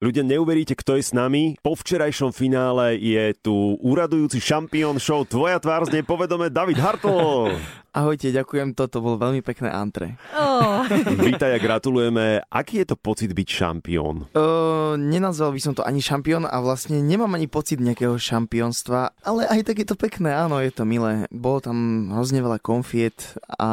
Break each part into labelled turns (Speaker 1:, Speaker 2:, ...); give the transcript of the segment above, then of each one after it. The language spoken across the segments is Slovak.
Speaker 1: Ľudia, neuveríte, kto je s nami. Po včerajšom finále je tu úradujúci šampión show Tvoja tvár z nepovedome David Hartl.
Speaker 2: Ahojte, ďakujem, toto bol veľmi pekné antre.
Speaker 3: Oh.
Speaker 1: Vítaj a gratulujeme. Aký je to pocit byť šampión?
Speaker 2: Uh, nenazval by som to ani šampión a vlastne nemám ani pocit nejakého šampiónstva, ale aj tak je to pekné, áno, je to milé. Bolo tam hrozne veľa konfiet a...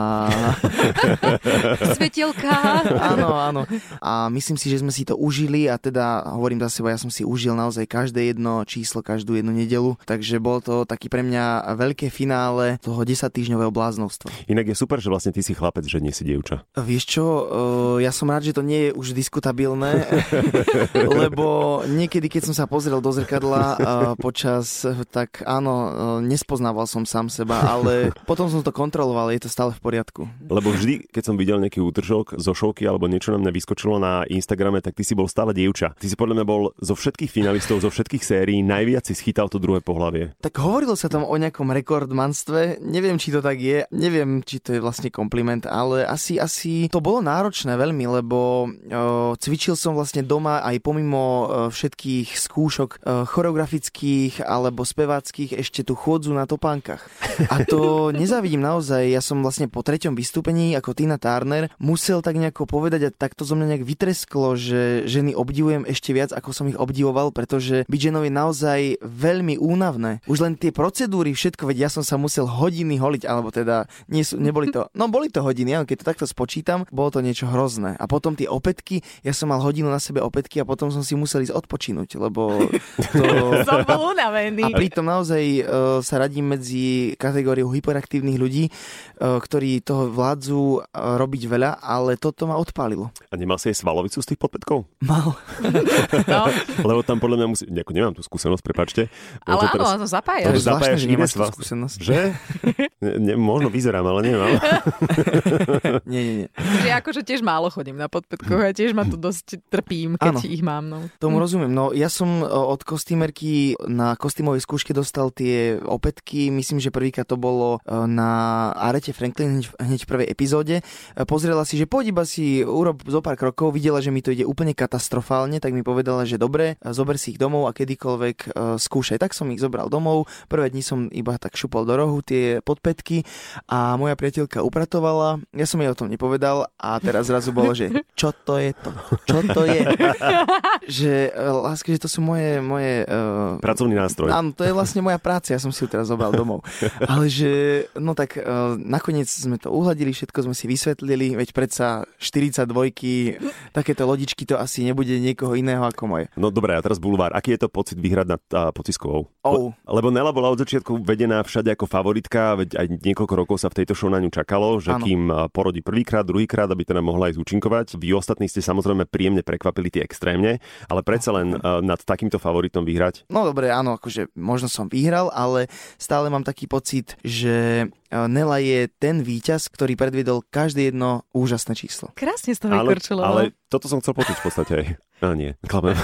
Speaker 3: Svetielka.
Speaker 2: áno, áno. A myslím si, že sme si to užili a teda hovorím za seba, ja som si užil naozaj každé jedno číslo, každú jednu nedelu, takže bolo to taký pre mňa veľké finále toho 10 týždňového bláznostva.
Speaker 1: Inak je super, že vlastne ty si chlapec, že nie si dievča.
Speaker 2: Vieš čo, eh, ja som rád, že to nie je už diskutabilné, lebo niekedy, keď som sa pozrel do zrkadla eh, počas, eh, tak áno, eh, nespoznával som sám seba, ale potom som to kontroloval, je to stále v poriadku.
Speaker 1: Lebo vždy, keď som videl nejaký útržok zo šovky alebo niečo na mňa vyskočilo na Instagrame, tak ty si bol stále dievča. Ty si podľa mňa bol zo všetkých finalistov, zo všetkých sérií najviac si schytal to druhé pohlavie.
Speaker 2: Tak hovorilo sa tam o nejakom rekordmanstve, neviem, či to tak je, neviem, či to je vlastne kompliment, ale asi, asi to bolo náročné veľmi, lebo e, cvičil som vlastne doma aj pomimo e, všetkých skúšok e, choreografických alebo speváckých ešte tú chôdzu na topánkach. A to nezávidím naozaj, ja som vlastne po treťom vystúpení ako Tina Turner musel tak nejako povedať a tak to zo mňa nejak vytresklo, že ženy obdivujem ešte viac, ako som ich obdivoval, pretože byť ženou je naozaj veľmi únavné. Už len tie procedúry, všetko, veď ja som sa musel hodiny holiť, alebo teda nie sú, neboli to, no boli to hodiny, ale keď to takto spočítam, bolo to niečo hrozné. A potom tie opätky, ja som mal hodinu na sebe opätky a potom som si musel ísť odpočinúť, lebo to...
Speaker 3: Som bol unavený.
Speaker 2: A pritom naozaj e, sa radím medzi kategóriou hyperaktívnych ľudí, e, ktorí toho vládzu e, robiť veľa, ale toto ma odpálilo.
Speaker 1: A nemal si aj svalovicu z tých podpätkov?
Speaker 2: Mal.
Speaker 3: No,
Speaker 1: Lebo tam podľa mňa musí... Nejako nemám tú skúsenosť, prepačte. Lebo
Speaker 3: ale
Speaker 1: to teraz- To
Speaker 2: je
Speaker 3: áno, to
Speaker 1: už
Speaker 3: zapájaš.
Speaker 2: zvláštne,
Speaker 1: zapájaš
Speaker 2: že
Speaker 1: iné
Speaker 2: nemáš tú
Speaker 1: sval-
Speaker 2: skúsenosť.
Speaker 1: Že? Ne, ne, možno vyzerám, ale nemám.
Speaker 2: Nie, nie, nie.
Speaker 3: Že akože tiež málo chodím na podpätkoch a tiež ma to dosť trpím,
Speaker 2: Áno.
Speaker 3: keď ich mám. No.
Speaker 2: Tomu rozumiem. No ja som e, od kostýmerky na kostýmovej skúške dostal tie opätky. Myslím, že prvýkrát to bolo e, na Arete Franklin hneď, hneď v prvej epizóde. E, Pozrela si, že poď iba si urob zo pár krokov. Videla, že mi to ide úplne katastrofálne, tak mi povedala, že dobre, e, zober si ich domov a kedykoľvek e, skúšaj. Tak som ich zobral domov. Prvé dni som iba tak šupol do rohu tie podpätky a moja priateľka upratovala. Ja som jej o tom nepovedal a teraz zrazu bolo, že čo to je to? Čo to je? že e, lásky, že to sú moje, moje uh,
Speaker 1: Pracovný nástroj.
Speaker 2: Áno, to je vlastne moja práca, ja som si ju teraz zobral domov. Ale že, no tak uh, nakoniec sme to uhladili, všetko sme si vysvetlili, veď predsa 42 takéto lodičky to asi nebude niekoho iného ako moje.
Speaker 1: No dobré, a teraz bulvár. Aký je to pocit vyhrať nad uh, pociskovou?
Speaker 2: Oh.
Speaker 1: Le- lebo Nela bola od začiatku vedená všade ako favoritka, veď aj niekoľko rokov sa v tejto show na ňu čakalo, že ano.
Speaker 2: Áno.
Speaker 1: kým uh, porodí prvýkrát, druhýkrát, aby teda mohla aj zúčinkovať. Vy ostatní ste samozrejme príjemne prekvapili tie extrémne, ale predsa len uh, nad takýmto favoritom vyhrať.
Speaker 2: No dobre, áno, akože možno som vyhral, ale stále mám taký pocit, že e, Nela je ten víťaz, ktorý predviedol každé jedno úžasné číslo.
Speaker 3: Krásne z toho
Speaker 1: Ale,
Speaker 3: vykorčilo. no.
Speaker 1: ale toto som chcel počuť v podstate aj. A nie, klamem.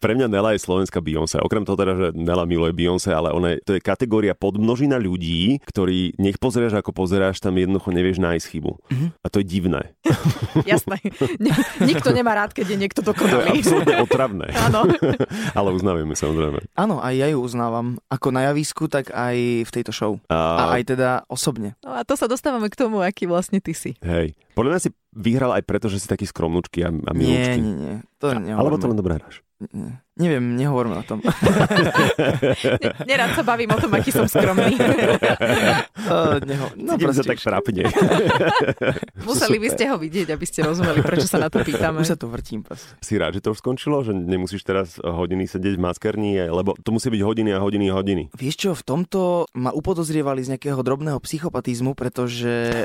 Speaker 1: Pre mňa Nela je slovenská Beyoncé. Okrem toho teda, že Nela miluje Beyoncé, ale ona je, to je kategória podmnožina ľudí, ktorí nech pozeráš ako pozeráš, tam jednoducho nevieš nájsť chybu.
Speaker 2: Mhm.
Speaker 1: A to je divné.
Speaker 3: Jasné. Ne- Nikto nemá rád, keď je niekto
Speaker 1: To je
Speaker 3: dokonalý.
Speaker 1: absolútne otravné.
Speaker 3: Áno.
Speaker 1: ale uznávame samozrejme.
Speaker 2: Áno, aj ja ju uznávam. Ako na javisku, tak aj v tejto show. A
Speaker 1: A,
Speaker 2: aj teda osobne.
Speaker 3: No a to sa dostávame k tomu, aký vlastne ty si.
Speaker 1: hej. Podľa mňa si vyhral aj preto, že si taký skromnúčky a, a
Speaker 2: nie,
Speaker 1: milúčky.
Speaker 2: nie, nie. To nehovorme.
Speaker 1: Alebo to len dobré hráš.
Speaker 2: Nie. Neviem, nehovorme o tom.
Speaker 3: Ne- Nerad sa bavím o tom, aký som skromný.
Speaker 2: Uh, neho- no
Speaker 1: Cítim sa
Speaker 2: proste
Speaker 1: tak
Speaker 2: už,
Speaker 1: trápne.
Speaker 3: Museli by ste ho vidieť, aby ste rozumeli, prečo sa na to pýtame.
Speaker 2: už sa tu vrtím proste.
Speaker 1: Si rád, že to už skončilo? Že nemusíš teraz eh, hodiny sedieť v maskerni? eh, Lebo to musí byť hodiny a hodiny a hodiny.
Speaker 2: Vieš čo, v tomto ma upodozrievali z nejakého drobného psychopatizmu, pretože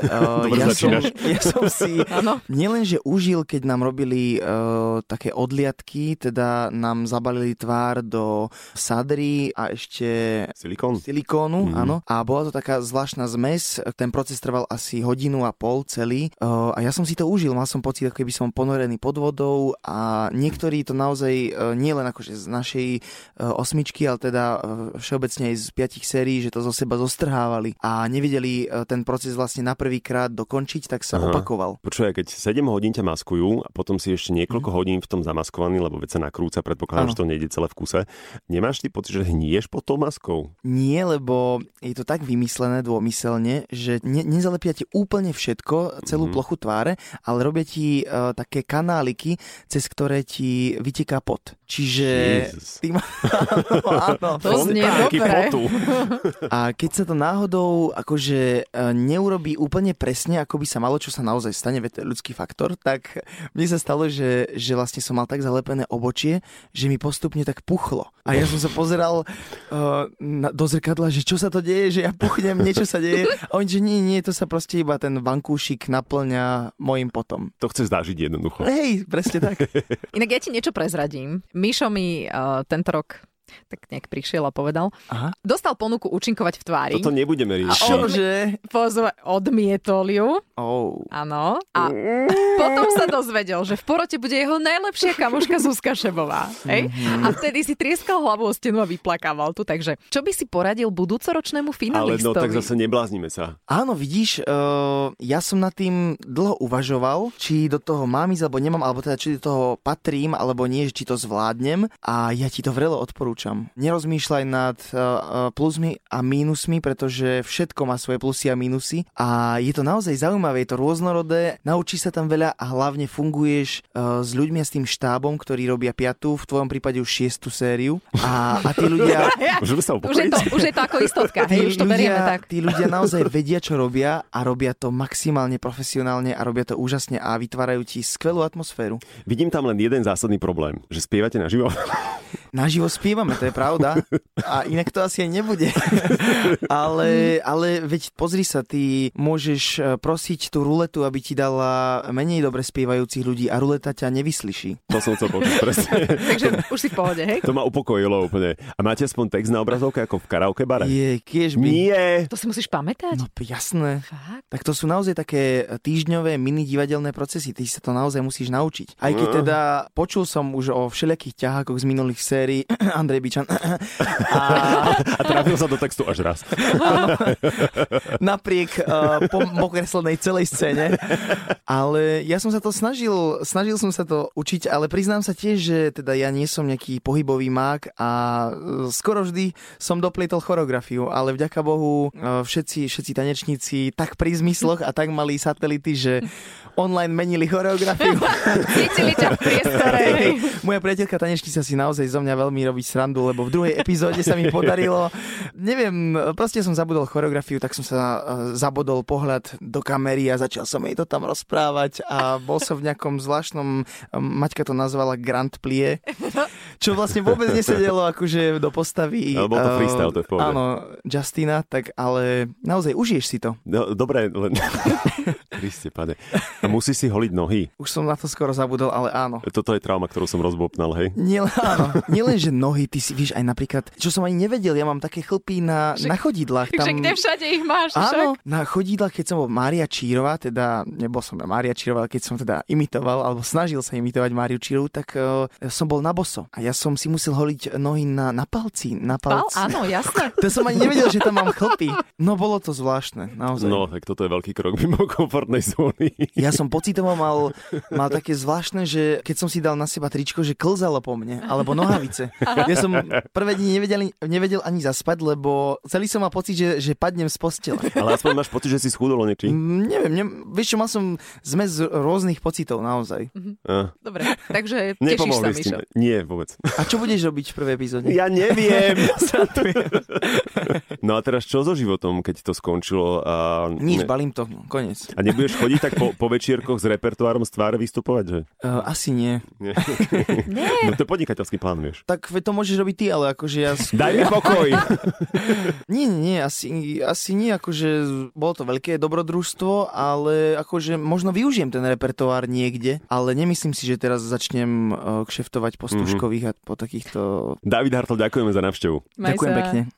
Speaker 2: uh,
Speaker 1: Dobre
Speaker 2: ja, som,
Speaker 1: začínaš.
Speaker 2: ja som si
Speaker 3: Áno.
Speaker 2: nielenže užil, keď nám robili uh, také odliadky, eh, teda nám za zabalili tvár do sadry a ešte
Speaker 1: Silikón?
Speaker 2: silikónu,
Speaker 1: Mhm.
Speaker 2: mm-hmm. áno. A bola to taká zvláštna zmes, ten proces trval asi hodinu a pol celý Eh, a ja som si to užil, mal som pocit, ako keby som ponorený pod vodou a niektorí to naozaj eh, nie len akože z našej eh, osmičky, ale teda eh, všeobecne aj z piatich sérií, že to zo seba zostrhávali a nevideli eh, ten proces vlastne na prvýkrát dokončiť, tak sa
Speaker 1: Aha.
Speaker 2: Aha. opakoval.
Speaker 1: Počuje, keď 7 hodín ťa maskujú a potom si ešte niekoľko hodín v tom zamaskovaný, lebo veď sa nakrúca, predpokladám,
Speaker 2: Áno.
Speaker 1: že to nejde celé v kuse. Nemáš ty pocit, že hnieš pod tou maskou?
Speaker 2: Nie, lebo je to tak vymyslené dômyselne, že ne, nezalepia ti úplne všetko, celú
Speaker 1: Mhm.
Speaker 2: mm-hmm. plochu tváre, ale robia ti uh, také kanáliky, cez ktoré ti vyteká pot. Čiže...
Speaker 1: Jezus.
Speaker 2: Ty ma... áno, áno,
Speaker 3: E, To
Speaker 2: presne.
Speaker 3: znie
Speaker 1: Fontániky
Speaker 3: dobre.
Speaker 1: potu.
Speaker 2: A keď sa to náhodou akože e, neurobí úplne presne, ako by sa malo, čo sa naozaj stane, veď to je ľudský faktor, tak mne sa stalo, že, že vlastne som mal tak zalepené obočie, že mi postupne tak puchlo. A ja som sa pozeral uh, na, do zrkadla, že čo sa to deje, že ja puchnem, niečo sa deje. A on, že nie, nie, to sa proste iba ten vankúšik naplňa mojim potom.
Speaker 1: To chceš zažiť jednoducho.
Speaker 2: Hej, presne tak.
Speaker 3: Inak ja ti niečo prezradím. Mišo mi uh, tento rok tak nejak prišiel a povedal.
Speaker 2: Aha.
Speaker 3: Dostal ponuku účinkovať v tvári.
Speaker 1: Toto nebudeme riešiť.
Speaker 3: on-
Speaker 2: Čože?
Speaker 3: Pozva- odmietol ju.
Speaker 2: Oh.
Speaker 3: Áno. A
Speaker 1: Mm.
Speaker 3: potom sa dozvedel, že v porote bude jeho najlepšia kamoška Zuzka Šebová. Hej?
Speaker 1: Mhm.
Speaker 3: A vtedy si trieskal hlavu o stenu a vyplakával tu. Takže čo by si poradil budúcoročnému
Speaker 1: Ale
Speaker 3: finalistovi?
Speaker 1: no tak zase nebláznime sa.
Speaker 2: Áno, vidíš, uh, ja som nad tým dlho uvažoval, či do toho mám ísť, alebo nemám, alebo teda či do toho patrím, alebo nie, že či to zvládnem. A ja ti to vrelo odporúčam. Nerozmýšľaj nad uh, uh, plusmi a mínusmi, pretože všetko má svoje plusy a mínusy. A je to naozaj zaujímavé, je to rôznorodé, naučí sa tam veľa a hlavne funguješ uh, s ľuďmi a s tým štábom, ktorí robia piatu, v tvojom prípade už šiestu sériu. A, a tí ľudia...
Speaker 1: Môžeme sa
Speaker 3: Už je,
Speaker 1: upokojiť?
Speaker 3: to, už je to ako istotka,
Speaker 2: Tí
Speaker 3: hej, už to berieme tak.
Speaker 2: Tí ľudia naozaj vedia, čo robia a robia to maximálne profesionálne a robia to úžasne a vytvárajú ti skvelú atmosféru.
Speaker 1: Vidím tam len jeden zásadný problém, že spievate naživo.
Speaker 2: Naživo spievame, to je pravda. A inak to asi aj nebude. Ale, ale veď pozri sa, ty môžeš eh, prosiť tú ruletu, aby ti dala menej dobre spievajúcich ľudí a ruleta ťa nevyslyší.
Speaker 1: To som chcel počuť, presne.
Speaker 3: Takže už si v pohode, hej?
Speaker 1: To ma upokojilo úplne. A máte aspoň text na obrazovke ako v karaoke bare?
Speaker 2: Je, kiež by...
Speaker 1: Nie.
Speaker 3: To si musíš pamätať?
Speaker 2: No jasné.
Speaker 3: Fakt?
Speaker 2: Tak to sú naozaj také týždňové mini divadelné procesy, ty sa to naozaj musíš naučiť. Aj keď teda počul som už o všelijakých ťahákoch z minulých sérií, Andrej Bičan, a
Speaker 1: A trafil sa do textu až raz.
Speaker 2: napriek uh, pokreslenej celej scéne, ale ja som sa to snažil, snažil som sa to učiť, ale priznám sa tiež, že teda ja nie som nejaký pohybový mák a eh, skoro vždy som doplietol choreografiu, ale vďaka Bohu eh, všetci, všetci tanečníci tak pri zmysloch a tak mali satelity, že online menili choreografiu.
Speaker 3: Cítili ťa v priestore, hej?
Speaker 2: Moja priateľka tanečnica si naozaj zo mňa veľmi robí srandu, lebo v druhej epizóde sa mi podarilo, neviem, proste som zabudol choreografiu, tak som sa eh, zabodol pohľad do kamery a začal som jej to tam rozprávať a bol som v nejakom zvláštnom, eh, Maťka to nazvala Grand Plie, čo vlastne vôbec nesedelo akože do postavy.
Speaker 1: Ale No, bol to
Speaker 2: eh,
Speaker 1: freestyle, to je v pohode.
Speaker 2: Áno, Justina, tak ale naozaj užiješ si to.
Speaker 1: No, dobre, len... Kriste, pane. A musí si holiť nohy.
Speaker 2: Už som na to skoro zabudol, ale áno.
Speaker 1: Toto je trauma, ktorú som rozbopnal, hej?
Speaker 2: Nie, áno, nie len, že nohy, ty si víš aj napríklad, čo som ani nevedel, ja mám také chlpy na, na chodidlách.
Speaker 3: Takže kde všade ich máš? však?
Speaker 2: Áno, na chodidlách, keď som bol Mária Čírova, teda nebol som ja Mária Čírova, ale keď som teda imitoval, alebo snažil sa imitovať Máriu Čírovu, tak uh, som bol na boso. A ja som si musel holiť nohy na, na palci. Na
Speaker 3: Pal,
Speaker 2: palci.
Speaker 3: áno, jasné.
Speaker 2: To som ani nevedel, že tam mám chlpy. No bolo to zvláštne, naozaj.
Speaker 1: No, tak toto je veľký krok mimo komfortnej zóny.
Speaker 2: Ja som pocitovo mal, mal také zvláštne, že keď som si dal na seba tričko, že klzalo po mne, alebo nohavice. Ja som prvé dni nevedel, nevedel ani zaspať, lebo celý som mal pocit, že, že padnem z postele.
Speaker 1: Ale aspoň máš pocit, že si schudol niekedy.
Speaker 2: Mm, neviem, ne, vieš čo, mal som zmes rôznych pocitov naozaj.
Speaker 1: A,
Speaker 3: Dobre, takže tešíš sa,
Speaker 1: nepomohli ste.
Speaker 3: Mišo.
Speaker 1: mi. Nie, vôbec.
Speaker 2: A čo budeš robiť v prvej epizóde?
Speaker 1: Ja neviem.
Speaker 2: Srandujem.
Speaker 1: No a teraz čo so životom, keď to skončilo? A,
Speaker 2: Nič, balím to, no, konec.
Speaker 1: a nebudeš chodiť tak po, po večierkoch s repertoárom z tváre vystupovať, že?
Speaker 2: Uh, asi nie.
Speaker 1: Nie.
Speaker 3: Nie.
Speaker 1: No to je podnikateľský plán, vieš.
Speaker 2: Tak veď to môžeš robiť ty, ale akože ja...
Speaker 1: Daj mi pokoj.
Speaker 2: Nie, nie, nie, asi, asi nie, akože bolo to veľké dobrodružstvo, ale akože možno využijem ten repertoár niekde, ale nemyslím si, že teraz začnem eh, kšeftovať po
Speaker 1: Mhm.
Speaker 2: stužkových a
Speaker 1: po takýchto...
Speaker 2: David Hartl, ďakujeme za návštevu.
Speaker 3: Maj
Speaker 1: Ďakujem
Speaker 3: sa.
Speaker 1: pekne.